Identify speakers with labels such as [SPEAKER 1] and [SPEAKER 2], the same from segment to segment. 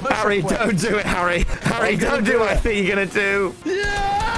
[SPEAKER 1] Harry,
[SPEAKER 2] quick.
[SPEAKER 1] don't do it, Harry. Harry,
[SPEAKER 2] I'm gonna
[SPEAKER 1] don't do
[SPEAKER 2] do
[SPEAKER 1] what I
[SPEAKER 2] it.
[SPEAKER 1] think you're gonna do.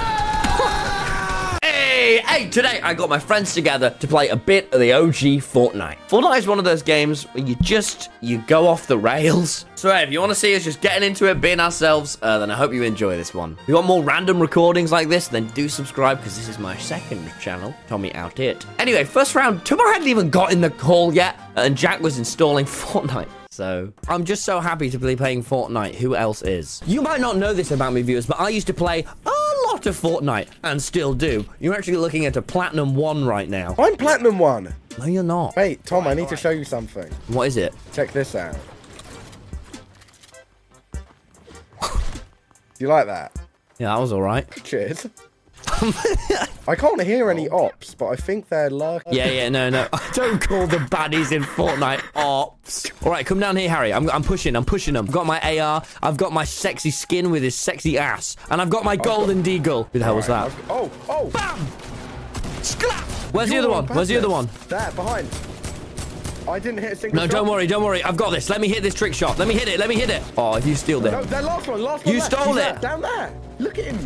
[SPEAKER 2] Hey, hey, today I got my friends together to play a bit of the OG Fortnite. Fortnite is one of those games where you just, you go off the rails. So hey, if you want to see us just getting into it, being ourselves, uh, then I hope you enjoy this one. If you want more random recordings like this, then do subscribe because this is my second channel, Tommy Out It. Anyway, first round, Tomorrow hadn't even got in the call yet, and Jack was installing Fortnite. So, I'm just so happy to be playing Fortnite. Who else is? You might not know this about me, viewers, but I used to play a lot of Fortnite and still do. You're actually looking at a Platinum 1 right now.
[SPEAKER 3] I'm platinum one.
[SPEAKER 2] No, you're not.
[SPEAKER 3] Wait, Tom, I need to show you something.
[SPEAKER 2] What is it?
[SPEAKER 3] Check this out. Do you like that?
[SPEAKER 2] Yeah, that was all right.
[SPEAKER 3] Cheers. I can't hear any ops, but I think they're luck.
[SPEAKER 2] Yeah, yeah, no, no. Don't call the baddies in Fortnite ops. All right, come down here, Harry. I'm, I'm pushing, I'm pushing them. I've got my AR, I've got my sexy skin with his sexy ass, and I've got my golden deagle. Who the hell was that?
[SPEAKER 3] I've- Oh, oh.
[SPEAKER 2] Bam! Sclap! Where's the
[SPEAKER 3] you're
[SPEAKER 2] other
[SPEAKER 3] on
[SPEAKER 2] one? Where's the other one?
[SPEAKER 3] badness. There, behind. I didn't hit a single
[SPEAKER 2] No,
[SPEAKER 3] shot.
[SPEAKER 2] don't worry, don't worry. I've got this. Let me hit this trick shot. Let me hit it. Let me hit it. Oh, if you steal
[SPEAKER 3] No,
[SPEAKER 2] it.
[SPEAKER 3] that last one, last one.
[SPEAKER 2] You
[SPEAKER 3] left.
[SPEAKER 2] stole
[SPEAKER 3] He's
[SPEAKER 2] it.
[SPEAKER 3] there, Down there. Look at him.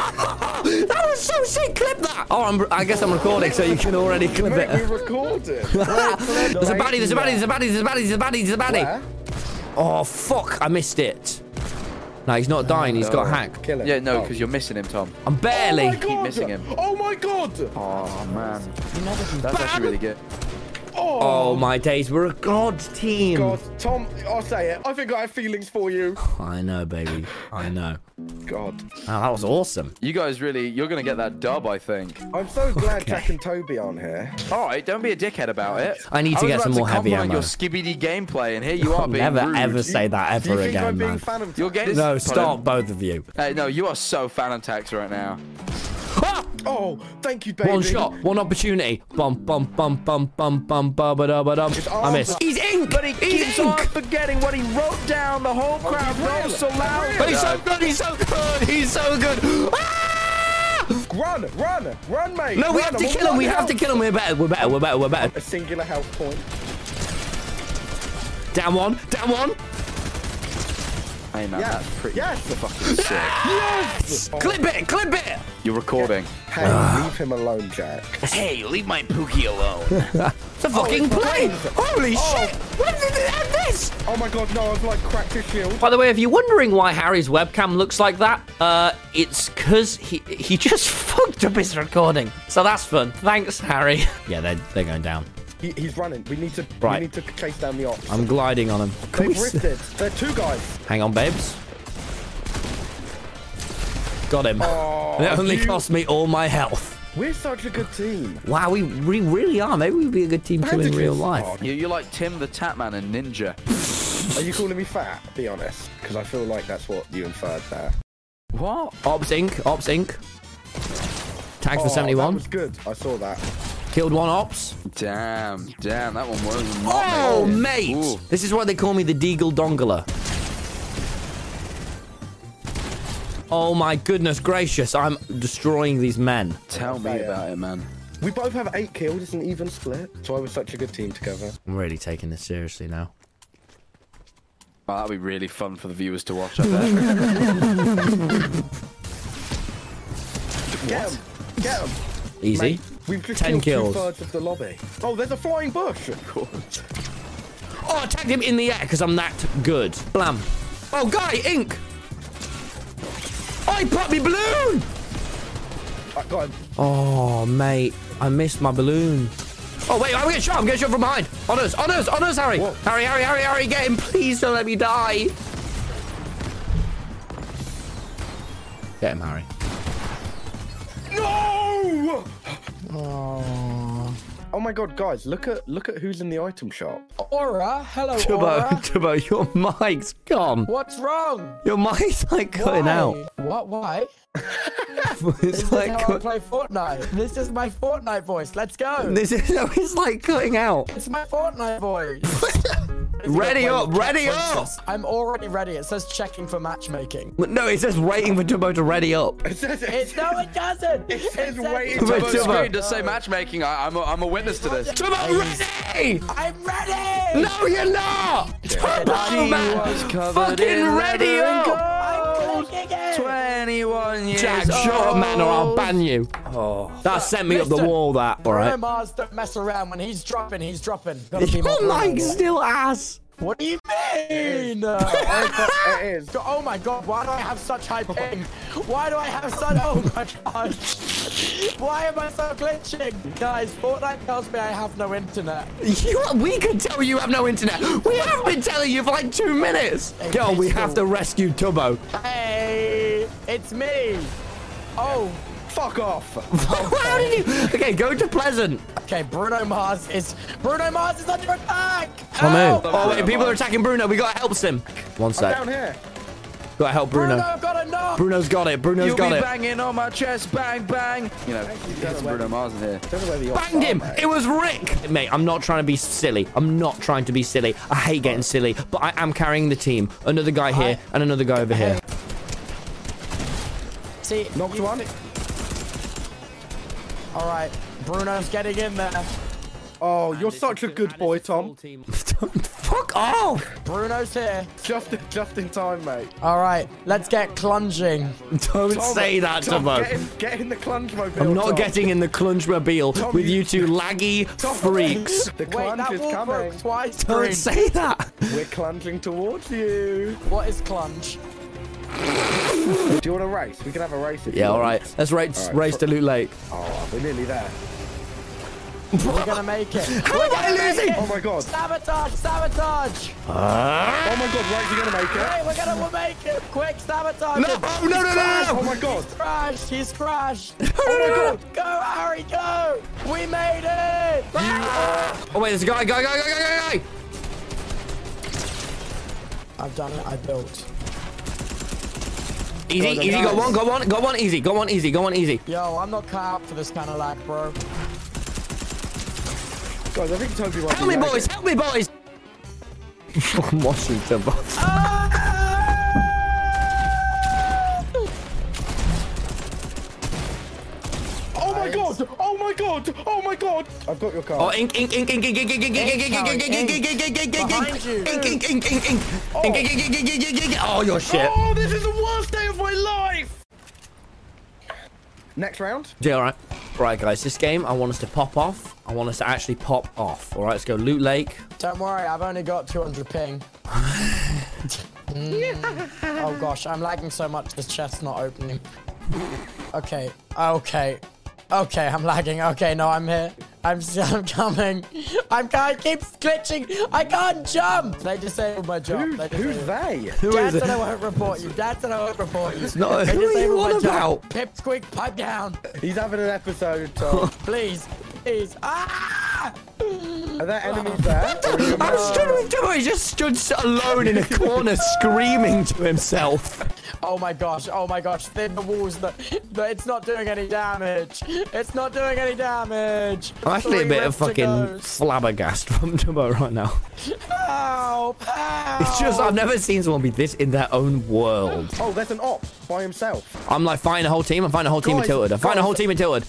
[SPEAKER 2] that was so sick. Clip that. Oh, I'm, I guess I'm recording, so you can already clip
[SPEAKER 3] Mate, we
[SPEAKER 2] it.
[SPEAKER 3] recorded.
[SPEAKER 2] there's a baddie, there's a baddie, there's a baddie, there's a baddie, there's a baddie, there's a baddie.
[SPEAKER 3] Where?
[SPEAKER 2] Oh, fuck. I missed it. No, he's not dying. He's got hacked.
[SPEAKER 3] Kill him.
[SPEAKER 4] Yeah, no,
[SPEAKER 3] Oh.
[SPEAKER 4] because you're missing him, Tom.
[SPEAKER 2] I'm barely.
[SPEAKER 3] Oh my god.
[SPEAKER 4] missing him.
[SPEAKER 3] Oh my god.
[SPEAKER 4] Oh, man. That's actually really good.
[SPEAKER 2] Oh, my days. We're a god team.
[SPEAKER 3] God, Tom, I'll say it. I think I have feelings for you.
[SPEAKER 2] I know, baby. I know.
[SPEAKER 3] God.
[SPEAKER 2] Oh, that was awesome.
[SPEAKER 4] You guys really, you're going to get that dub, I think.
[SPEAKER 3] I'm so glad
[SPEAKER 2] Okay.
[SPEAKER 3] Jack and Toby aren't here.
[SPEAKER 4] All right, don't be a dickhead about it.
[SPEAKER 2] I need to
[SPEAKER 4] was
[SPEAKER 2] get
[SPEAKER 4] about
[SPEAKER 2] some more heavy
[SPEAKER 4] compliment
[SPEAKER 2] ammo.
[SPEAKER 4] your skibbity gameplay, and here you are being
[SPEAKER 2] Never
[SPEAKER 4] rude.
[SPEAKER 2] ever say that
[SPEAKER 3] Do you
[SPEAKER 2] ever
[SPEAKER 3] think
[SPEAKER 2] again,
[SPEAKER 3] I'm being
[SPEAKER 2] man.
[SPEAKER 3] fan of
[SPEAKER 4] You're getting...
[SPEAKER 2] No,
[SPEAKER 4] Pardon?
[SPEAKER 2] stop, both of you.
[SPEAKER 4] Hey, no, you are so fan of tax right now.
[SPEAKER 2] Ah!
[SPEAKER 3] Oh, thank you, baby.
[SPEAKER 2] One shot, one opportunity. Bum bum bum bum bum bum bum bum bum. I
[SPEAKER 3] arms
[SPEAKER 2] missed.
[SPEAKER 3] up.
[SPEAKER 2] He's ink.
[SPEAKER 4] But he
[SPEAKER 2] he's
[SPEAKER 4] keeps on
[SPEAKER 2] ink.
[SPEAKER 4] forgetting what he wrote down. The whole crowd
[SPEAKER 3] really?
[SPEAKER 4] rolls so loud.
[SPEAKER 2] But he's
[SPEAKER 4] No.
[SPEAKER 2] so good. He's so good. He's so good. Ah!
[SPEAKER 3] Run, run, run, mate.
[SPEAKER 2] No, we
[SPEAKER 3] Run,
[SPEAKER 2] have to
[SPEAKER 3] I'm
[SPEAKER 2] kill him.
[SPEAKER 3] all
[SPEAKER 2] We
[SPEAKER 3] run
[SPEAKER 2] have to
[SPEAKER 3] out.
[SPEAKER 2] kill him. We're better. We're better. We're better. We're better.
[SPEAKER 3] A singular health point.
[SPEAKER 2] Down one. Down one.
[SPEAKER 4] Hey, man,
[SPEAKER 3] Yeah.
[SPEAKER 4] that's pretty
[SPEAKER 3] Yes.
[SPEAKER 4] fucking sick.
[SPEAKER 3] Yes.
[SPEAKER 2] Clip it. Clip it.
[SPEAKER 4] You're recording.
[SPEAKER 2] Ah.
[SPEAKER 3] Hey, leave him alone, Jack.
[SPEAKER 4] Hey, leave my Pookie alone.
[SPEAKER 2] It's a fucking
[SPEAKER 3] Oh, it's
[SPEAKER 2] play.
[SPEAKER 3] crazy.
[SPEAKER 2] Holy
[SPEAKER 3] Oh.
[SPEAKER 2] shit. When did they have this?
[SPEAKER 3] Oh my god, no, I've like cracked his shield.
[SPEAKER 2] By the way, if you're wondering why Harry's webcam looks like that, uh, it's because he he just fucked up his recording. So that's fun. Thanks, Harry. Yeah, they're, they're going down.
[SPEAKER 3] He, he's running. We need to.
[SPEAKER 2] Right.
[SPEAKER 3] We need to chase down the ops.
[SPEAKER 2] I'm gliding on him. Can we
[SPEAKER 3] They've
[SPEAKER 2] s-
[SPEAKER 3] rifted. They're two guys.
[SPEAKER 2] Hang on, babes. Got him. it only
[SPEAKER 3] you-
[SPEAKER 2] cost me all my health.
[SPEAKER 3] We're such a good team.
[SPEAKER 2] Wow, we, we really are. Maybe we'd be a good team too in
[SPEAKER 3] Bandages.
[SPEAKER 2] real life.
[SPEAKER 3] Oh,
[SPEAKER 4] You- You're like Tim the Tatman and Ninja.
[SPEAKER 3] Are you calling me fat? Be honest, because I feel like that's what you inferred there.
[SPEAKER 4] What?
[SPEAKER 2] Ops Inc. Ops Inc. Tag
[SPEAKER 3] Oh,
[SPEAKER 2] for
[SPEAKER 3] that
[SPEAKER 2] 71.
[SPEAKER 3] was good. I saw that.
[SPEAKER 2] Killed one ops.
[SPEAKER 4] Damn, damn, that one was not
[SPEAKER 2] Oh,
[SPEAKER 4] me.
[SPEAKER 2] mate!
[SPEAKER 4] Ooh.
[SPEAKER 2] This is why they call me the Deagle Dongler. Oh my goodness gracious, I'm destroying these men.
[SPEAKER 4] Tell me
[SPEAKER 3] Fair.
[SPEAKER 4] about it, man.
[SPEAKER 3] We both have eight kills. It's an even split. So I was such a good team together.
[SPEAKER 2] I'm really taking this seriously now.
[SPEAKER 4] Oh, that'd be really fun for the viewers to watch, I bet.
[SPEAKER 3] Get him! Get him!
[SPEAKER 2] Easy.
[SPEAKER 3] Mate, we've just
[SPEAKER 2] 10
[SPEAKER 3] killed
[SPEAKER 2] kills.
[SPEAKER 3] two-thirds of the lobby. Oh, there's a flying bush!
[SPEAKER 2] Oh, I tagged him in the air because I'm that good. Blam. Oh, guy, ink! I put me balloon!
[SPEAKER 3] I got him.
[SPEAKER 2] Oh, mate, I missed my balloon. Oh, wait, I'm getting shot. I'm getting shot from behind. On us, on us, on us, Harry.
[SPEAKER 3] Whoa.
[SPEAKER 2] Harry, Harry, Harry, Harry, get him. Please don't let me die. Get him, Harry.
[SPEAKER 3] No! Oh my god, guys, look at look at who's in the item shop.
[SPEAKER 5] Aura, hello,
[SPEAKER 2] Tubbo,
[SPEAKER 5] Aura.
[SPEAKER 2] Tubbo, your mic's gone.
[SPEAKER 5] What's wrong?
[SPEAKER 2] Your mic's like cutting
[SPEAKER 5] Why?
[SPEAKER 2] out.
[SPEAKER 5] What? Why? This
[SPEAKER 2] It's
[SPEAKER 5] is
[SPEAKER 2] like
[SPEAKER 5] how I
[SPEAKER 2] cut-
[SPEAKER 5] play Fortnite. This is my Fortnite voice. Let's go.
[SPEAKER 2] this is no, it's like cutting out.
[SPEAKER 5] It's my Fortnite voice.
[SPEAKER 2] Ready
[SPEAKER 5] Wait,
[SPEAKER 2] up, ready up.
[SPEAKER 5] princess. I'm already ready. It says checking for matchmaking.
[SPEAKER 2] No, it says waiting for Tubbo to ready up.
[SPEAKER 3] It says
[SPEAKER 5] It's no, it doesn't. It
[SPEAKER 3] says
[SPEAKER 5] says-
[SPEAKER 3] waiting
[SPEAKER 2] Wait,
[SPEAKER 4] But
[SPEAKER 2] Timbo.
[SPEAKER 4] screen to say matchmaking. I, I'm, a, I'm a witness to this.
[SPEAKER 2] Turbo ready!
[SPEAKER 5] I'm ready!
[SPEAKER 2] No, you're not! Turbo
[SPEAKER 4] was
[SPEAKER 2] man!
[SPEAKER 4] covered
[SPEAKER 2] Fucking
[SPEAKER 4] in
[SPEAKER 2] ready
[SPEAKER 4] leather and
[SPEAKER 2] up!
[SPEAKER 5] I'm clicking it!
[SPEAKER 4] 21 years
[SPEAKER 2] Jack, shut up, man, or I'll ban you. Oh, that sent me up the
[SPEAKER 5] Mister-
[SPEAKER 2] wall. That all right?
[SPEAKER 5] Grandmas don't mess around. When he's dropping, he's dropping. Gotta be more
[SPEAKER 2] Your mic
[SPEAKER 5] grandma.
[SPEAKER 2] still ass.
[SPEAKER 5] What do you mean? Uh,
[SPEAKER 3] it is.
[SPEAKER 5] go- oh my god, why do I have such high ping? Why do I have such... Oh my god. Why am I so glitching? Guys, Fortnite tells me I have no internet.
[SPEAKER 2] You, we can tell you have no internet. We have been telling you for like two minutes. Yo, we have to rescue Tubbo.
[SPEAKER 5] Hey, it's me. Oh,
[SPEAKER 4] Fuck off.
[SPEAKER 2] How did you? Okay, go to Pleasant.
[SPEAKER 5] okay. Bruno Mars is Bruno Mars is under attack.
[SPEAKER 2] Come
[SPEAKER 5] Ow!
[SPEAKER 2] in. Oh wait, people are attacking Bruno. We gotta help Sim. One
[SPEAKER 3] Down
[SPEAKER 2] sec.
[SPEAKER 3] here.
[SPEAKER 2] Gotta help
[SPEAKER 5] Bruno,
[SPEAKER 2] Bruno.
[SPEAKER 5] got a knock.
[SPEAKER 2] Bruno's got it. Bruno's
[SPEAKER 4] You'll be
[SPEAKER 2] got it.
[SPEAKER 4] banging on my chest, bang, bang. You know, it's Bruno Mars in here.
[SPEAKER 3] Don't know where the ops
[SPEAKER 2] Banged
[SPEAKER 3] are,
[SPEAKER 2] him.
[SPEAKER 3] mate.
[SPEAKER 2] It was Rick. Mate, I'm not trying to be silly. I'm not trying to be silly. I hate getting silly, but I am carrying the team. Another guy here and another guy over here.
[SPEAKER 5] See,
[SPEAKER 3] Knocked one.
[SPEAKER 5] all right. Bruno's getting in there.
[SPEAKER 3] Oh, you're such a good boy, Tom.
[SPEAKER 2] Fuck off!
[SPEAKER 5] Bruno's here.
[SPEAKER 3] Just, just in time, mate.
[SPEAKER 5] All right, let's get clunging.
[SPEAKER 2] Don't say that,
[SPEAKER 3] Tom,
[SPEAKER 2] Tubbo.
[SPEAKER 3] Get in, get in the clunge mobile.
[SPEAKER 2] I'm not
[SPEAKER 3] Tom.
[SPEAKER 2] getting in the clunge mobile with you two laggy
[SPEAKER 3] Tom,
[SPEAKER 2] freaks.
[SPEAKER 3] The
[SPEAKER 5] Wait,
[SPEAKER 3] clunge
[SPEAKER 5] that
[SPEAKER 3] is
[SPEAKER 5] wall
[SPEAKER 3] coming.
[SPEAKER 5] broke twice.
[SPEAKER 2] Don't
[SPEAKER 5] Green.
[SPEAKER 2] say that.
[SPEAKER 3] We're clunging towards you.
[SPEAKER 5] What is clunge?
[SPEAKER 3] Do you want a race? We can have a race. If you
[SPEAKER 2] Yeah, all
[SPEAKER 3] want.
[SPEAKER 2] right. Let's race, race to Loot Lake.
[SPEAKER 3] Oh, we're nearly there.
[SPEAKER 5] We're gonna make it.
[SPEAKER 2] How am I losing?
[SPEAKER 3] Oh my god.
[SPEAKER 5] Sabotage! Sabotage!
[SPEAKER 3] Oh my god, right, you're gonna make it.
[SPEAKER 5] Hey, we're gonna we'll make it! Quick, sabotage!
[SPEAKER 2] No,
[SPEAKER 5] him.
[SPEAKER 2] no, no, no,
[SPEAKER 3] Oh
[SPEAKER 2] no.
[SPEAKER 3] my god.
[SPEAKER 5] crashed! He's crashed!
[SPEAKER 2] no, no, no.
[SPEAKER 5] Go, Harry, go! We made it!
[SPEAKER 2] Oh, wait, there's a guy, guy, guy, guy, guy, guy.
[SPEAKER 5] I've done it. I built.
[SPEAKER 2] Easy,
[SPEAKER 3] Go, go,
[SPEAKER 2] easy, go
[SPEAKER 3] guys.
[SPEAKER 2] one, go one, go one, easy, go one, easy, go one, easy.
[SPEAKER 5] Yo, I'm not cut out for this kind of lag, bro.
[SPEAKER 3] Guys, I think Toby might
[SPEAKER 2] Help
[SPEAKER 3] be
[SPEAKER 2] me,
[SPEAKER 3] lagging.
[SPEAKER 2] boys, help me, boys. From Washington, boss. Ah!
[SPEAKER 3] Oh my god! Oh my god! Oh my god! I've got your
[SPEAKER 2] Oh,
[SPEAKER 3] car.
[SPEAKER 2] ink, ink, ink, ink, ink, ink, ink, ink, ink, ink, ink, ink, ink, ink, ink, ink, ink,
[SPEAKER 5] Behind you.
[SPEAKER 2] ink, ink, ink, ink, ink. Ink, ink, ink, ink, ink, ink, ink. Oh, you're shit.
[SPEAKER 3] Oh, this is the worst day of my life! Next round?
[SPEAKER 2] Yeah, all right. Right, guys, this game, I want us to pop off. I want us to actually pop off. All right, let's go Loot Lake.
[SPEAKER 5] Don't worry, I've only got 200 ping. Mm. Oh gosh, I'm lagging so much this chest's not opening. Okay, okay, okay, I'm lagging. Okay, no, I'm here. I'm s- I'm coming. I'm I keep glitching. I can't jump. They disabled my jump.
[SPEAKER 3] Who,
[SPEAKER 5] They
[SPEAKER 3] who's
[SPEAKER 5] disabled-
[SPEAKER 3] they?
[SPEAKER 5] Dad said I won't report you. Dad said I won't report you.
[SPEAKER 2] No,
[SPEAKER 5] They
[SPEAKER 2] who are
[SPEAKER 5] disabled
[SPEAKER 2] you on
[SPEAKER 5] my job.
[SPEAKER 2] about?
[SPEAKER 5] Pipsqueak, pipe down.
[SPEAKER 3] He's having an episode, Tom.
[SPEAKER 5] Please, please. Ah!
[SPEAKER 3] Are there enemies there?
[SPEAKER 2] I stood with Dumbo. He just stood s- alone in a corner, screaming to himself.
[SPEAKER 5] Oh my gosh, oh my gosh. Thin the walls. The, the, it's not doing any damage. It's not doing any damage.
[SPEAKER 2] I feel a
[SPEAKER 5] Three
[SPEAKER 2] bit of
[SPEAKER 5] rips to go.
[SPEAKER 2] fucking flabbergast from Dumbo right now.
[SPEAKER 5] Pow, pow.
[SPEAKER 2] It's just I've never seen someone be this in their own world.
[SPEAKER 3] Oh, there's an op by himself.
[SPEAKER 2] I'm like find a whole team. I'm find a whole team of
[SPEAKER 3] Guys,
[SPEAKER 2] tilted. I find a whole
[SPEAKER 3] guys.
[SPEAKER 2] team of tilted.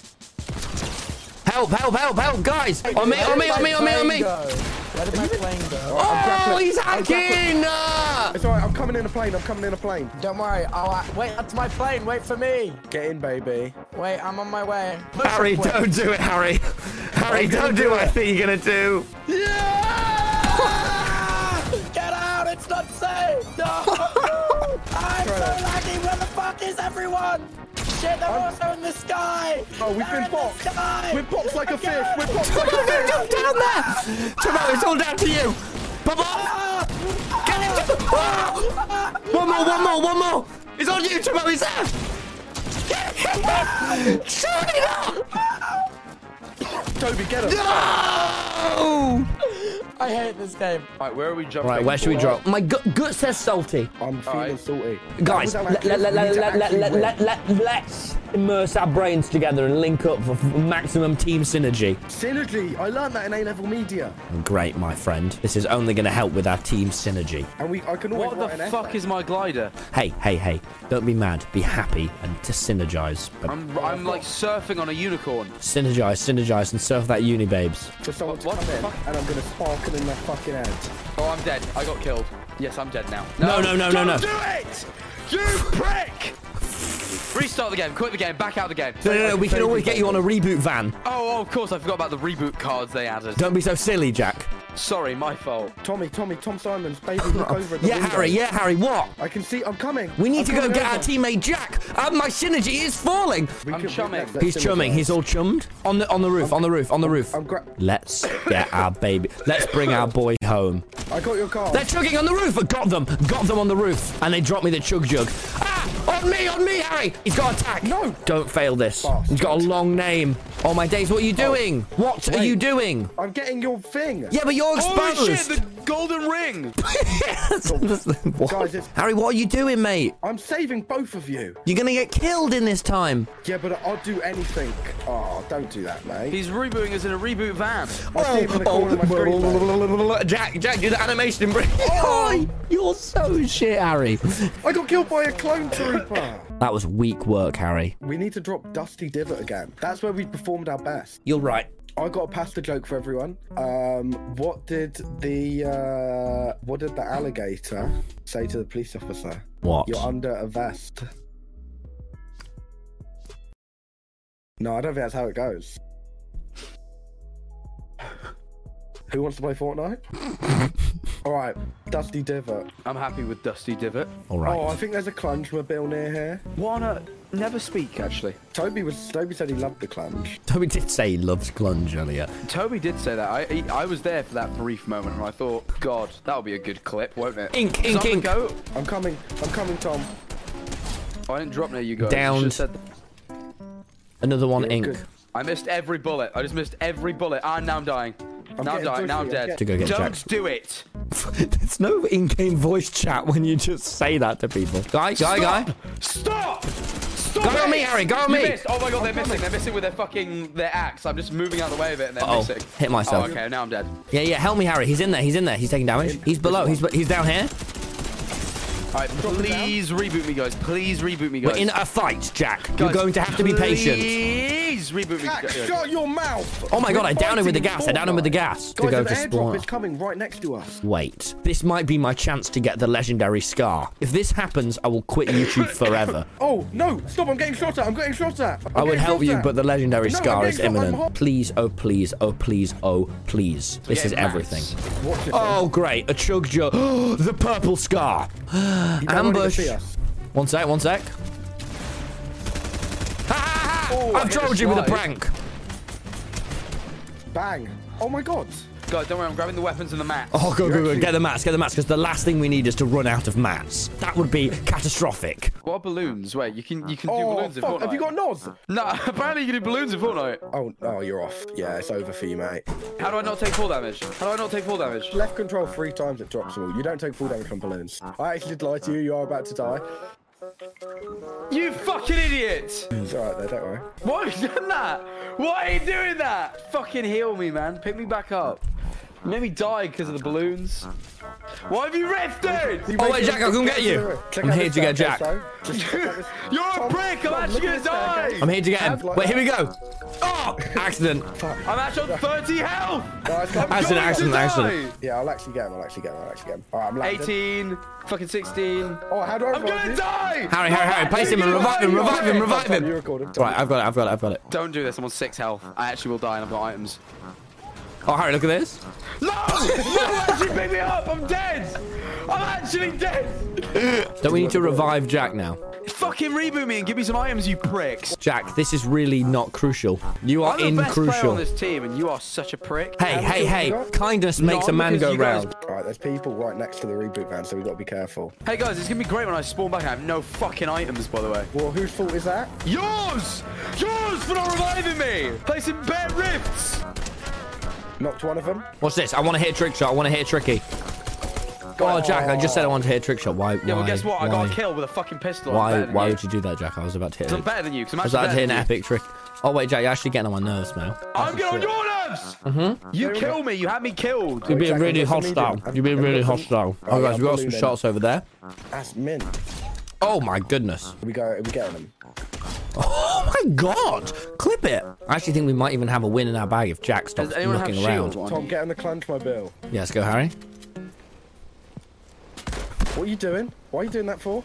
[SPEAKER 2] Help! Help! Help! Help! Guys! On me! On me! On me! On me! On me!
[SPEAKER 5] Where did my plane go?
[SPEAKER 2] Oh, he's
[SPEAKER 3] grappling.
[SPEAKER 2] hacking! Ah!
[SPEAKER 3] It's alright, I'm coming in a plane, I'm coming in a plane.
[SPEAKER 5] Don't worry. I'll, uh, wait, that's my plane. Wait for me.
[SPEAKER 3] Get in, baby.
[SPEAKER 5] Wait, I'm on my way.
[SPEAKER 1] Harry,
[SPEAKER 5] Push it quick.
[SPEAKER 1] don't do it, Harry. Harry, don't do what I think you're going to do.
[SPEAKER 5] Get out! It's not safe! No! I'm so laggy! Where the fuck is everyone? Shit, they're also in the sky!
[SPEAKER 3] Oh, we've
[SPEAKER 5] They're
[SPEAKER 3] been
[SPEAKER 5] in the
[SPEAKER 3] boxed.
[SPEAKER 5] sky!
[SPEAKER 3] We're popped like a
[SPEAKER 5] Okay.
[SPEAKER 3] fish! We're popped like
[SPEAKER 2] Don't
[SPEAKER 3] a fish!
[SPEAKER 2] jump down there! Timo, it's all down to you! Bubba! Get him! Ah! One more, one more, one more! It's on you, Timo, he's there! Shoot it up!
[SPEAKER 3] Toby, get him!
[SPEAKER 2] No!
[SPEAKER 5] I hate this game.
[SPEAKER 4] Right, where are we jumping?
[SPEAKER 2] Right, where should we
[SPEAKER 4] for?
[SPEAKER 2] drop? My gut, gut says salty.
[SPEAKER 3] I'm feeling
[SPEAKER 4] Alright.
[SPEAKER 3] salty.
[SPEAKER 2] Guys,
[SPEAKER 3] That was
[SPEAKER 2] let,
[SPEAKER 3] actually-
[SPEAKER 2] let, let,
[SPEAKER 3] we need
[SPEAKER 2] let,
[SPEAKER 3] to
[SPEAKER 2] let, let,
[SPEAKER 3] actually
[SPEAKER 2] let,
[SPEAKER 3] win.
[SPEAKER 2] let, us immerse our brains together and link up for f- maximum team synergy.
[SPEAKER 3] Synergy. I learned that in A-level media,
[SPEAKER 2] Great, my friend. This is only going to help with our team synergy.
[SPEAKER 3] and we I can always
[SPEAKER 4] What
[SPEAKER 3] write
[SPEAKER 4] the
[SPEAKER 3] an
[SPEAKER 4] fuck
[SPEAKER 3] essay.
[SPEAKER 4] is my glider?
[SPEAKER 2] Hey, hey, hey. Don't be mad. Be happy and to synergize. But
[SPEAKER 4] I'm, I'm like surfing on a unicorn.
[SPEAKER 2] synergize, synergize, and surf that uni, babes.
[SPEAKER 3] for someone to
[SPEAKER 4] What
[SPEAKER 3] come
[SPEAKER 4] the
[SPEAKER 3] in,
[SPEAKER 4] fuck?
[SPEAKER 3] and I'm gonna spark them in their fucking head.
[SPEAKER 4] Oh, I'm dead. I got killed. Yes, I'm dead now.
[SPEAKER 2] No, no, no, no,
[SPEAKER 4] don't
[SPEAKER 2] no.
[SPEAKER 4] Do it, you prick! Restart the game. Quit the game. Back out the game.
[SPEAKER 2] No, no, no. We can always get you on a reboot van.
[SPEAKER 4] Oh, oh, of course, I forgot about the reboot cards they added.
[SPEAKER 2] Don't be so silly, Jack.
[SPEAKER 4] Sorry, my fault.
[SPEAKER 3] Tommy, Tommy, Tom Simons, baby, look over at the
[SPEAKER 2] Yeah,
[SPEAKER 3] window.
[SPEAKER 2] Harry. Yeah, Harry. What?
[SPEAKER 3] I can see. I'm coming.
[SPEAKER 2] We need
[SPEAKER 3] I'm
[SPEAKER 2] to go
[SPEAKER 3] coming
[SPEAKER 2] get
[SPEAKER 3] over.
[SPEAKER 2] our teammate Jack. Uh, my synergy is falling.
[SPEAKER 3] We
[SPEAKER 4] I'm
[SPEAKER 3] can- we-
[SPEAKER 4] chumming.
[SPEAKER 3] let's- let's
[SPEAKER 2] He's chumming.
[SPEAKER 3] synergize.
[SPEAKER 2] He's all chummed. On the on the roof. on the roof. On the roof.
[SPEAKER 3] I'm gra-
[SPEAKER 2] Let's get our baby. Let's bring our boy home.
[SPEAKER 3] I got your car.
[SPEAKER 2] They're chugging on the roof. I got them. Got them on the roof. And they dropped me the chug jug. Ah! On me, on me, Harry! He's got attack.
[SPEAKER 3] No.
[SPEAKER 2] Don't fail this.
[SPEAKER 3] Bastard.
[SPEAKER 2] He's got a long name. Oh my days, what are you doing? what are
[SPEAKER 3] wait.
[SPEAKER 2] you doing?
[SPEAKER 3] I'm getting your thing.
[SPEAKER 2] Yeah, but you're
[SPEAKER 4] Oh
[SPEAKER 2] exposed.
[SPEAKER 4] shit! The golden ring.
[SPEAKER 2] What?
[SPEAKER 3] Guys, it's-
[SPEAKER 2] Harry, what are you doing, mate?
[SPEAKER 3] I'm saving both of you.
[SPEAKER 2] You're gonna get killed in this time.
[SPEAKER 3] Yeah, but I'll do anything. Oh, don't do that, mate.
[SPEAKER 4] He's rebooting us in a reboot van.
[SPEAKER 3] I see him in the corner of my screen, mate.
[SPEAKER 2] Jack, Jack, do the animation and bring. Oh, you're so shit, Harry.
[SPEAKER 3] I got killed by a clone trooper.
[SPEAKER 2] That was weak work, Harry.
[SPEAKER 3] we need to drop Dusty Divot again. That's where we performed our best.
[SPEAKER 2] You're right.
[SPEAKER 3] I got a pasta joke for everyone. Um, what did the uh, what did the alligator say to the police officer?
[SPEAKER 2] What?
[SPEAKER 3] You're under a vest. No, I don't think that's how it goes. Who wants to play Fortnite? All right, Dusty Divot.
[SPEAKER 4] I'm happy with Dusty Divot.
[SPEAKER 2] All right.
[SPEAKER 3] Oh, I think there's a clunge mobile near here.
[SPEAKER 4] Wanna never speak actually.
[SPEAKER 3] Toby was Toby said he loved the clunge.
[SPEAKER 2] Toby did say he loves Clunge earlier.
[SPEAKER 4] Toby did say that. I he- I was there for that brief moment, and I thought, God, that'll be a good clip, won't it?
[SPEAKER 2] Ink,
[SPEAKER 4] Is
[SPEAKER 2] ink,
[SPEAKER 4] that the
[SPEAKER 2] ink.
[SPEAKER 4] goat?
[SPEAKER 3] I'm coming. I'm coming, Tom.
[SPEAKER 4] Oh, I didn't drop near you guys. I
[SPEAKER 2] Downed.
[SPEAKER 4] should've said that.
[SPEAKER 2] Another one, ink.
[SPEAKER 3] good.
[SPEAKER 4] I missed every bullet. I just missed every bullet. And now I'm dying. now I'm
[SPEAKER 3] getting
[SPEAKER 4] dying. Now I'm
[SPEAKER 3] dizzy, I'm
[SPEAKER 4] dead.
[SPEAKER 2] To go get
[SPEAKER 4] Don't
[SPEAKER 2] Jack's-
[SPEAKER 4] do it.
[SPEAKER 2] There's no in-game voice chat when you just say that to people. Guy, guy, guy.
[SPEAKER 4] Stop! Stop!
[SPEAKER 2] Go on
[SPEAKER 4] it!
[SPEAKER 2] me, Harry, go on
[SPEAKER 4] You
[SPEAKER 2] me.
[SPEAKER 4] missed. Oh my god, they're missing. They're missing with their fucking their axe. I'm just moving out the way of it, and they're
[SPEAKER 2] Uh-oh,
[SPEAKER 4] missing.
[SPEAKER 2] hit myself.
[SPEAKER 4] Oh, okay, now I'm dead.
[SPEAKER 2] Yeah, yeah. Help me, Harry. He's in there. He's in there. He's taking damage. He's below. He's he's down here.
[SPEAKER 4] All right, please reboot me, guys. Please reboot me, guys.
[SPEAKER 2] We're in a fight, Jack. You're
[SPEAKER 4] Guys,
[SPEAKER 2] going to have to be patient.
[SPEAKER 4] Please reboot me.
[SPEAKER 3] Jack,
[SPEAKER 4] guys.
[SPEAKER 3] shut your mouth!
[SPEAKER 2] Oh my god,
[SPEAKER 3] We're
[SPEAKER 2] I down him with the
[SPEAKER 3] fighting
[SPEAKER 2] gas. I down him with the gas.
[SPEAKER 3] Guys,
[SPEAKER 2] to go
[SPEAKER 3] an
[SPEAKER 2] to
[SPEAKER 3] airdrop
[SPEAKER 2] spawn.
[SPEAKER 3] is coming right next to us.
[SPEAKER 2] Wait, this might be my chance to get the legendary scar. If this happens, I will quit YouTube forever.
[SPEAKER 3] Oh no! Stop! I'm getting shot at. I'm getting shot at. I'm
[SPEAKER 2] I would
[SPEAKER 3] getting
[SPEAKER 2] help
[SPEAKER 3] shot
[SPEAKER 2] you,
[SPEAKER 3] at.
[SPEAKER 2] but the legendary
[SPEAKER 3] No, I'm
[SPEAKER 2] scar is
[SPEAKER 3] getting shot, I'm
[SPEAKER 2] imminent.
[SPEAKER 3] hot.
[SPEAKER 2] Please, oh please, oh please, oh please. This
[SPEAKER 4] getting
[SPEAKER 2] is
[SPEAKER 4] rats.
[SPEAKER 2] everything.
[SPEAKER 3] Watch it.
[SPEAKER 2] Oh great, a chug jug. the purple scar.
[SPEAKER 3] You don't want him to
[SPEAKER 2] Ambush.
[SPEAKER 3] see us.
[SPEAKER 2] One sec, one sec. Ha, ha, ha.
[SPEAKER 4] Oh, I
[SPEAKER 2] I've
[SPEAKER 4] hit the
[SPEAKER 2] trolled you with a
[SPEAKER 4] slide.
[SPEAKER 2] prank.
[SPEAKER 3] Bang! Oh my god!
[SPEAKER 4] Guys, don't worry. I'm grabbing the weapons and the mats.
[SPEAKER 2] Oh, go,
[SPEAKER 3] You're
[SPEAKER 2] go, go.
[SPEAKER 3] actually-
[SPEAKER 2] Get the mats, get the mats, because the last thing we need is to run out of mats. That would be catastrophic.
[SPEAKER 4] What are balloons? Wait, you can you can do
[SPEAKER 3] Oh
[SPEAKER 4] balloons in
[SPEAKER 3] fuck!
[SPEAKER 4] Fortnite.
[SPEAKER 3] Have you got Noz?
[SPEAKER 4] No, apparently you can do balloons in Fortnite.
[SPEAKER 3] Oh, oh, you're off. Yeah, it's over for you, mate.
[SPEAKER 4] How do I not take full damage? How do I not take full damage?
[SPEAKER 3] Left control three times. It drops all. You don't take full damage from balloons. I actually did lie to you. You are about to die.
[SPEAKER 4] You fucking idiot!
[SPEAKER 3] It's alright there. Don't worry.
[SPEAKER 4] Why have you done that? Why are you doing that? Fucking heal me, man. Pick me back up. You made me die because of the balloons. Why have you rifted?
[SPEAKER 2] Oh, wait, Jack, I'll come get you.
[SPEAKER 3] Check
[SPEAKER 2] I'm
[SPEAKER 3] out
[SPEAKER 2] here
[SPEAKER 3] this
[SPEAKER 2] to get Jack.
[SPEAKER 3] staircase, though. Just check out this-
[SPEAKER 4] You're a prick! I'm actually
[SPEAKER 3] look at
[SPEAKER 4] gonna
[SPEAKER 3] this
[SPEAKER 4] die!
[SPEAKER 2] I'm here to get him.
[SPEAKER 3] Have like
[SPEAKER 2] Wait, here we go. Oh, accident.
[SPEAKER 4] I'm actually on 30 health!
[SPEAKER 3] Guys, come-
[SPEAKER 2] As an
[SPEAKER 4] Going to
[SPEAKER 2] accident,
[SPEAKER 4] die!
[SPEAKER 2] accident.
[SPEAKER 3] Yeah, I'll actually get him. I'll actually get him. I'll actually get him. All right, I'm landed.
[SPEAKER 4] 18, fucking 16.
[SPEAKER 3] Oh, how do I?
[SPEAKER 4] I'm
[SPEAKER 3] revive
[SPEAKER 4] gonna
[SPEAKER 3] you?
[SPEAKER 4] die!
[SPEAKER 2] Harry, Harry, Harry, place him and revive him, revive him, revive
[SPEAKER 3] Tom, You
[SPEAKER 2] him.
[SPEAKER 3] recorded.
[SPEAKER 2] Right, I've got it, I've got it, I've got it.
[SPEAKER 4] Don't do this, I'm on 6 health. I actually will die and I've got items.
[SPEAKER 2] Oh, Harry, look at this.
[SPEAKER 4] No! No, actually pick me up! I'm dead! I'm actually dead!
[SPEAKER 2] Don't we need to revive Jack now?
[SPEAKER 4] Fucking reboot me and give me some items, you pricks!
[SPEAKER 2] Jack, this is really not crucial. You are
[SPEAKER 4] I'm the
[SPEAKER 2] in
[SPEAKER 4] best player on
[SPEAKER 2] crucial.
[SPEAKER 4] this team and you are such a prick.
[SPEAKER 2] Hey, hey, hey, kindness makes a
[SPEAKER 4] No,
[SPEAKER 2] man
[SPEAKER 4] because
[SPEAKER 2] go
[SPEAKER 4] you guys-
[SPEAKER 2] round.
[SPEAKER 3] All right, there's people right next to the reboot van, so we've got to be careful.
[SPEAKER 4] Hey guys, it's gonna be great when I spawn back and I have no fucking items, by the way.
[SPEAKER 3] Well, whose fault is that?
[SPEAKER 4] Yours! Yours for not reviving me! Placing bad rifts!
[SPEAKER 3] Knocked one of them.
[SPEAKER 2] What's this? I want to hit trick shot. I want to hit tricky. Oh, Jack, I just said I wanted to hit trick shot. Why? why,
[SPEAKER 4] Yeah, well, guess what? I
[SPEAKER 2] why,
[SPEAKER 4] got a kill with a fucking pistol. I'm
[SPEAKER 2] Why?
[SPEAKER 4] better than
[SPEAKER 2] Why
[SPEAKER 4] you.
[SPEAKER 2] would you do that, Jack? I was about to hit.
[SPEAKER 4] 'Cause I'm
[SPEAKER 2] it. I
[SPEAKER 4] better than you. 'cause
[SPEAKER 2] was
[SPEAKER 4] I'm
[SPEAKER 2] about to
[SPEAKER 4] actually
[SPEAKER 2] hit an
[SPEAKER 4] better than
[SPEAKER 2] epic trick. Oh wait, Jack, you're actually getting on my nerves now.
[SPEAKER 4] you. I'm getting on your nerves. You kill me. You had me killed.
[SPEAKER 2] Mm-hmm. You're being
[SPEAKER 3] Jack, I've
[SPEAKER 2] really
[SPEAKER 3] got some
[SPEAKER 2] hostile.
[SPEAKER 3] medium. I've-
[SPEAKER 2] You're being
[SPEAKER 3] I've got
[SPEAKER 2] really
[SPEAKER 3] some-
[SPEAKER 2] hostile.
[SPEAKER 3] Oh,
[SPEAKER 2] Oh, guys,
[SPEAKER 3] yeah,
[SPEAKER 2] we
[SPEAKER 3] I've
[SPEAKER 2] got
[SPEAKER 3] got
[SPEAKER 2] some
[SPEAKER 3] blue
[SPEAKER 2] shots over there.
[SPEAKER 3] That's mint.
[SPEAKER 2] Oh my goodness.
[SPEAKER 3] We go. We get on them.
[SPEAKER 2] Oh my god! Clip it. I actually think we might even have a win in our bag if Jack stops
[SPEAKER 4] Does anyone have
[SPEAKER 2] looking
[SPEAKER 4] shield?
[SPEAKER 2] around.
[SPEAKER 4] on
[SPEAKER 3] Tom,
[SPEAKER 4] you?
[SPEAKER 3] get on the clunge, my bill.
[SPEAKER 2] Yeah, let's go, Harry.
[SPEAKER 3] What are you doing? Why are you doing that for?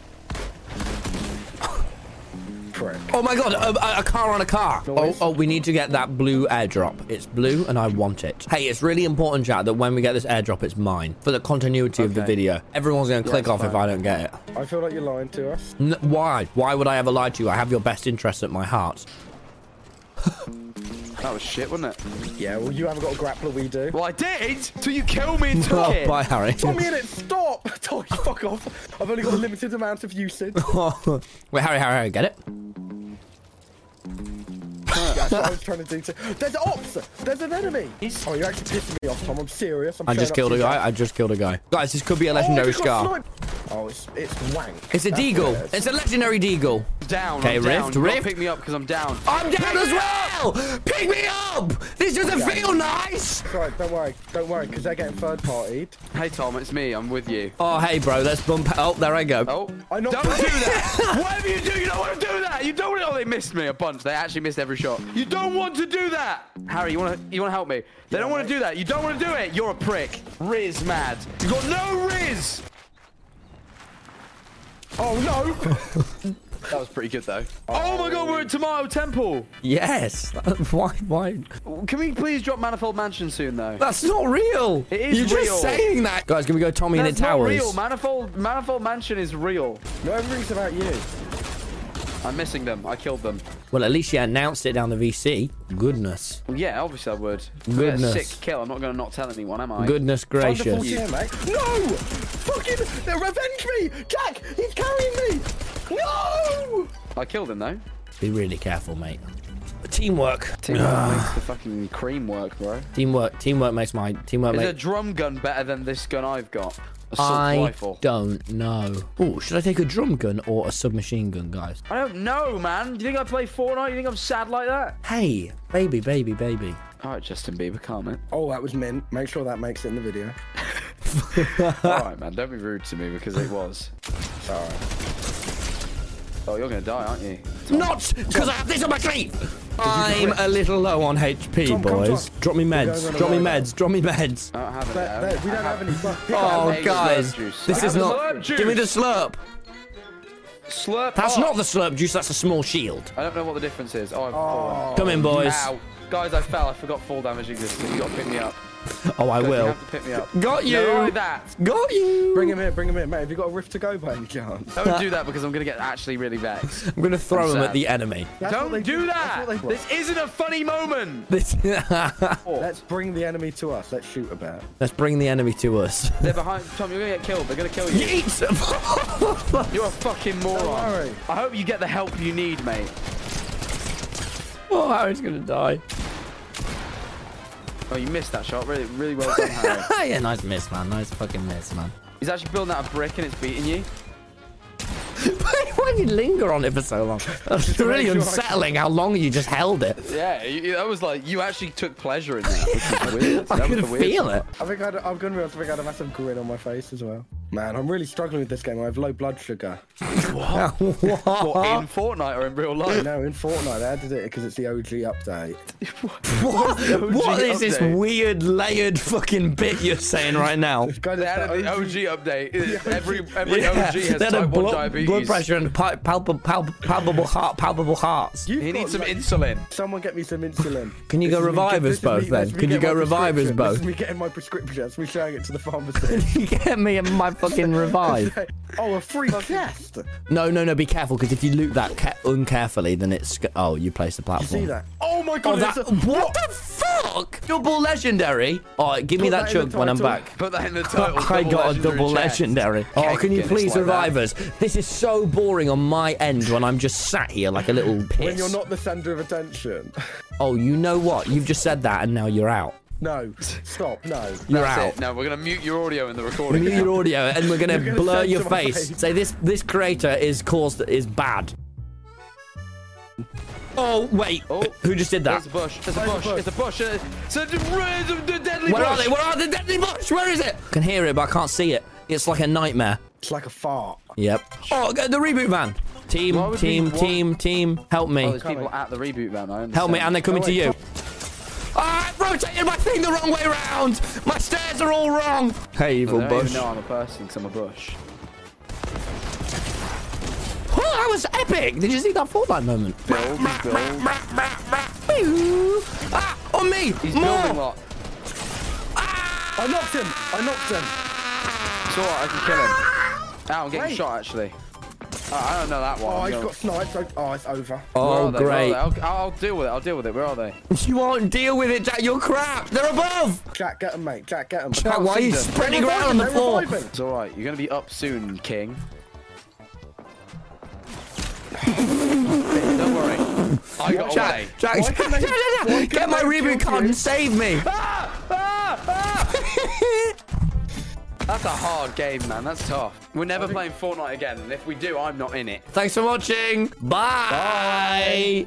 [SPEAKER 3] Prick.
[SPEAKER 2] Oh my god, a, a car on a car. Oh, oh, we need to get that blue airdrop. It's blue and I want it. Hey, it's really important, Jack, that when we get this airdrop, it's mine for the continuity of the
[SPEAKER 4] Okay.
[SPEAKER 2] video. Everyone's going to click off if I don't get it.
[SPEAKER 3] I feel like you're lying to us.
[SPEAKER 2] N- why? Why would I ever lie to you? I have your best interests at my heart.
[SPEAKER 4] That was shit, wasn't it?
[SPEAKER 3] Yeah, well, you haven't got a grappler, we do.
[SPEAKER 4] Well, I did. So you killed me and took
[SPEAKER 2] Oh,
[SPEAKER 4] it.
[SPEAKER 2] bye, Harry.
[SPEAKER 3] Tommy in it, stop! Tommy, fuck off. I've only got a limited amount of usage.
[SPEAKER 2] Wait, Harry, Harry, Harry, get it?
[SPEAKER 3] That's what I was trying to do to. There's ops! There's an enemy! Oh, you're actually pissing me off, Tom. I'm serious. I'm
[SPEAKER 2] I just killed a guy. I just killed a guy. Guys, this could be a legendary scar.
[SPEAKER 3] Oh, it's, it's wank.
[SPEAKER 2] It's a
[SPEAKER 3] That's what
[SPEAKER 2] deagle.
[SPEAKER 3] it is.
[SPEAKER 2] It's a legendary deagle.
[SPEAKER 4] Down.
[SPEAKER 2] Okay,
[SPEAKER 4] I'm
[SPEAKER 2] Rift,
[SPEAKER 4] down. You gotta
[SPEAKER 2] Rift.
[SPEAKER 4] Pick me up because I'm down.
[SPEAKER 2] I'm down as well. Pick me up. This doesn't feel nice.
[SPEAKER 3] It's alright, don't worry. Don't worry, because they're getting third partied.
[SPEAKER 4] Hey, Tom, it's me. I'm with you.
[SPEAKER 2] Oh, hey, bro. Let's bump. Oh, there I go.
[SPEAKER 4] Oh,
[SPEAKER 3] I know-
[SPEAKER 4] don't do that! Whatever you do, you don't want to do that. You don't want to. Oh, they missed me a bunch. They actually missed every shot. You don't want to do that, Harry. You want to? You want to help me? They don't want to do that. You don't want to do it. You're a prick. Riz mad. You got no Riz.
[SPEAKER 3] Oh, no!
[SPEAKER 4] That was pretty good though. Oh, my God, we're at Tomato Temple.
[SPEAKER 2] Yes. Why? Why?
[SPEAKER 4] Can we please drop Manifold Mansion soon though?
[SPEAKER 2] That's not real.
[SPEAKER 4] It is
[SPEAKER 2] You're
[SPEAKER 4] real.
[SPEAKER 2] just saying that. Guys, can we go Tommy and
[SPEAKER 4] That's
[SPEAKER 2] the
[SPEAKER 4] not
[SPEAKER 2] Towers?
[SPEAKER 4] real. Manifold Manifold Mansion is real.
[SPEAKER 3] no, everything's about you.
[SPEAKER 4] I'm missing them. I killed them.
[SPEAKER 2] well, at least you announced it down the VC. Goodness.
[SPEAKER 4] Well, yeah, obviously I would.
[SPEAKER 2] Goodness.
[SPEAKER 4] Sick kill. I'm not gonna not tell anyone, am I?
[SPEAKER 2] Goodness
[SPEAKER 3] Wonderful
[SPEAKER 2] gracious.
[SPEAKER 3] tier, mate. No! Fucking they revenge me! Jack, he's carrying me! No!
[SPEAKER 4] I killed them though.
[SPEAKER 2] Be really careful, mate. Teamwork. Ah.
[SPEAKER 4] Teamwork makes the fucking cream work, bro.
[SPEAKER 2] Teamwork. Teamwork makes my teamwork.
[SPEAKER 4] Is
[SPEAKER 2] Makes...
[SPEAKER 4] a drum gun better than this gun I've got? Assault
[SPEAKER 2] I
[SPEAKER 4] rifle.
[SPEAKER 2] don't know. Oh, should I take a drum gun or a submachine gun, guys?
[SPEAKER 4] I don't know, man. Do you think I play Fortnite? You think I'm sad like that?
[SPEAKER 2] Hey, baby, baby, baby.
[SPEAKER 4] All right, Justin Bieber, calm it.
[SPEAKER 3] Oh, that was mint. Make sure that makes it in the video.
[SPEAKER 4] All right, man. Don't be rude to me because it was.
[SPEAKER 3] Alright.
[SPEAKER 4] Oh, you're gonna die, aren't you?
[SPEAKER 2] Not because I have this on my sleeve. I'm a little low on HP,
[SPEAKER 3] Tom, come,
[SPEAKER 2] boys.
[SPEAKER 3] Tom.
[SPEAKER 2] Drop me
[SPEAKER 3] We're going
[SPEAKER 2] meds.
[SPEAKER 3] on a
[SPEAKER 2] Drop me
[SPEAKER 3] roll.
[SPEAKER 2] meds. Drop me meds.
[SPEAKER 4] I don't have it.
[SPEAKER 3] There-
[SPEAKER 4] now.
[SPEAKER 3] there, we don't have any. Look, pick up
[SPEAKER 2] Oh,
[SPEAKER 4] Hey,
[SPEAKER 2] guys,
[SPEAKER 4] slurp juice.
[SPEAKER 2] this
[SPEAKER 4] I
[SPEAKER 2] is
[SPEAKER 4] have
[SPEAKER 2] not.
[SPEAKER 4] slurp juice.
[SPEAKER 2] Give me the slurp.
[SPEAKER 4] Slurp.
[SPEAKER 2] That's
[SPEAKER 4] up.
[SPEAKER 2] not the slurp juice. That's a small shield.
[SPEAKER 4] I don't know what the difference is. Oh, I've fallen.
[SPEAKER 2] Come in, boys.
[SPEAKER 4] Ow. Guys, I fell. I forgot fall damage existed. You gotta pick me up.
[SPEAKER 2] Oh, I
[SPEAKER 4] Guys, You
[SPEAKER 2] will.
[SPEAKER 4] have to pick me up.
[SPEAKER 2] Got you.
[SPEAKER 4] No, like that.
[SPEAKER 2] Got you.
[SPEAKER 3] Bring him here, bring him here, mate. Have you got a rift to go by any chance?
[SPEAKER 4] Don't do that because I'm gonna get actually really vexed.
[SPEAKER 2] I'm gonna throw him
[SPEAKER 4] I'm
[SPEAKER 2] at
[SPEAKER 4] sad.
[SPEAKER 2] the enemy.
[SPEAKER 3] That's what
[SPEAKER 4] Don't
[SPEAKER 3] they
[SPEAKER 4] do that!
[SPEAKER 3] That's what they-
[SPEAKER 4] This isn't a funny moment!
[SPEAKER 2] This-
[SPEAKER 4] Oh,
[SPEAKER 3] Let's bring the enemy to us. Let's shoot a bit.
[SPEAKER 2] Let's bring the enemy to us.
[SPEAKER 4] They're behind. Tom, you're gonna get killed. They're gonna kill you.
[SPEAKER 2] Yeet!
[SPEAKER 4] You're a fucking moron.
[SPEAKER 3] worry.
[SPEAKER 4] I hope you get the help you need, mate.
[SPEAKER 2] oh, Harry's gonna die.
[SPEAKER 4] Oh, you missed that shot. Really, really well done, Harry.
[SPEAKER 2] yeah, nice miss, man. Nice fucking miss, man.
[SPEAKER 4] He's actually building out a brick and it's beating you.
[SPEAKER 2] Why did you linger on it for so long? It's really
[SPEAKER 3] sure I-
[SPEAKER 2] unsettling how long you just held it.
[SPEAKER 4] Yeah, you, you- that was like you actually took pleasure in that. Which was weird.
[SPEAKER 2] I
[SPEAKER 4] That was
[SPEAKER 2] could
[SPEAKER 4] the weird.
[SPEAKER 2] feel it.
[SPEAKER 3] I think I'd, I'm gonna be honest. I think I had a massive grin on my face as well. Man, I'm really struggling with this game. I have low blood sugar.
[SPEAKER 4] What, in Fortnite or in real life?
[SPEAKER 3] No, in Fortnite they added it because it's the OG update.
[SPEAKER 2] What, what is this
[SPEAKER 4] update?
[SPEAKER 2] weird layered fucking bit you're saying right now?
[SPEAKER 3] Guys, it's
[SPEAKER 4] They added the OG update. Every every
[SPEAKER 2] Yeah,
[SPEAKER 4] OG has
[SPEAKER 2] they had a
[SPEAKER 4] type 1
[SPEAKER 2] blood,
[SPEAKER 4] diabetes.
[SPEAKER 2] blood pressure and pal- palpable, palpable, palpable heart, palpable hearts.
[SPEAKER 3] You've
[SPEAKER 4] He
[SPEAKER 3] got,
[SPEAKER 4] needs some
[SPEAKER 3] like,
[SPEAKER 4] insulin.
[SPEAKER 3] Someone get me some insulin.
[SPEAKER 2] Can you
[SPEAKER 3] This
[SPEAKER 2] go
[SPEAKER 3] is me
[SPEAKER 2] revive us
[SPEAKER 3] get- this is
[SPEAKER 2] both
[SPEAKER 3] me-
[SPEAKER 2] then?
[SPEAKER 3] this is me
[SPEAKER 2] Can you
[SPEAKER 3] getting
[SPEAKER 2] go
[SPEAKER 3] my
[SPEAKER 2] revive us
[SPEAKER 3] prescription.
[SPEAKER 2] both?
[SPEAKER 3] This is me getting my prescription. That's me showing it to the pharmacy.
[SPEAKER 2] you get me and my fucking revive.
[SPEAKER 3] oh, a free chest.
[SPEAKER 2] No, no, no, be careful, because if you loot that ca- uncarefully, then it's... sc- Oh, you place the platform.
[SPEAKER 3] See that? Oh my god!
[SPEAKER 2] Oh, that,
[SPEAKER 3] it's a-
[SPEAKER 2] what the fuck? Double legendary. All right, give me
[SPEAKER 3] Put
[SPEAKER 2] that
[SPEAKER 3] that in the
[SPEAKER 2] chug when I'm
[SPEAKER 3] title.
[SPEAKER 2] back.
[SPEAKER 4] Put that in the title.
[SPEAKER 2] I got a
[SPEAKER 4] legendary
[SPEAKER 2] double
[SPEAKER 4] chest.
[SPEAKER 2] legendary. Oh,
[SPEAKER 4] Cake
[SPEAKER 2] can you
[SPEAKER 4] Guinness
[SPEAKER 2] please
[SPEAKER 4] like
[SPEAKER 2] revive
[SPEAKER 4] that.
[SPEAKER 2] us? This is so boring on my end when I'm just sat here like a little piss.
[SPEAKER 3] When you're not the centre of attention.
[SPEAKER 2] Oh, you know what? You've just said that and now you're out.
[SPEAKER 3] No. Stop. No.
[SPEAKER 2] You're
[SPEAKER 4] That's
[SPEAKER 2] out.
[SPEAKER 4] it. No, we're gonna mute your audio in the
[SPEAKER 2] We
[SPEAKER 4] recording.
[SPEAKER 2] need your audio, and we're gonna,
[SPEAKER 3] gonna
[SPEAKER 2] blur
[SPEAKER 3] censor
[SPEAKER 2] your
[SPEAKER 3] my
[SPEAKER 2] face.
[SPEAKER 3] face.
[SPEAKER 2] Say this: this creator is caused is bad. Oh wait,
[SPEAKER 4] Oh.
[SPEAKER 2] who just did that?
[SPEAKER 4] There's a bush. There's a bush.
[SPEAKER 3] bush.
[SPEAKER 4] It's a bush. uh, It's a, it's a- the deadly
[SPEAKER 2] Where
[SPEAKER 4] bush.
[SPEAKER 2] are they? Where are the deadly bush? Where is it? I can hear it, but I can't see it. It's like a nightmare.
[SPEAKER 3] It's like a fart.
[SPEAKER 2] Yep. Oh, go- the reboot van.
[SPEAKER 4] Why
[SPEAKER 2] Team,
[SPEAKER 4] would
[SPEAKER 2] team,
[SPEAKER 4] we want-
[SPEAKER 2] team, team. Help
[SPEAKER 4] Oh,
[SPEAKER 2] me.
[SPEAKER 4] there's people at the reboot van. I
[SPEAKER 2] Help me,
[SPEAKER 4] understand.
[SPEAKER 2] and they're coming
[SPEAKER 3] Oh,
[SPEAKER 2] to
[SPEAKER 3] wait,
[SPEAKER 2] you. Ah, I rotated my thing the wrong way round. My stairs are all wrong. Hey,
[SPEAKER 4] They
[SPEAKER 2] evil
[SPEAKER 4] don't
[SPEAKER 2] bush.
[SPEAKER 4] even know I'm a person 'cause I'm a bush.
[SPEAKER 2] Oh, that was epic! Did you see that Fortnite moment?
[SPEAKER 4] Build, build.
[SPEAKER 2] Ah, on me!
[SPEAKER 4] He's building
[SPEAKER 2] More!
[SPEAKER 4] lot.
[SPEAKER 3] I knocked him. I knocked him.
[SPEAKER 4] It's alright, I can kill him. Ow, I'm getting
[SPEAKER 3] Wait.
[SPEAKER 4] shot actually. Oh, I don't know that one.
[SPEAKER 3] Oh,
[SPEAKER 4] I'm
[SPEAKER 3] I
[SPEAKER 4] going-
[SPEAKER 3] got sniped. I- Oh, it's over.
[SPEAKER 4] Where
[SPEAKER 2] Oh,
[SPEAKER 4] are they? Where are
[SPEAKER 2] great.
[SPEAKER 4] they? I'll, I'll deal with it. I'll deal with it. Where are they?
[SPEAKER 2] You won't deal with it, Jack. You're crap. They're above.
[SPEAKER 3] Jack, get him, mate. Jack, get him.
[SPEAKER 2] Jack, why are
[SPEAKER 4] see
[SPEAKER 2] you
[SPEAKER 4] them.
[SPEAKER 2] spreading around on the floor?
[SPEAKER 4] It's alright. You're gonna be up soon, King. don't worry. I got away.
[SPEAKER 2] Jack, Jack,
[SPEAKER 3] Why can they- why can
[SPEAKER 2] get my
[SPEAKER 3] they
[SPEAKER 2] reboot
[SPEAKER 3] kill
[SPEAKER 2] card
[SPEAKER 3] you?
[SPEAKER 2] and save me.
[SPEAKER 4] Ah! Ah! Ah! That's a hard game, man. That's tough. We're never playing Fortnite again, and if we do, I'm not in it.
[SPEAKER 2] Thanks for watching. Bye.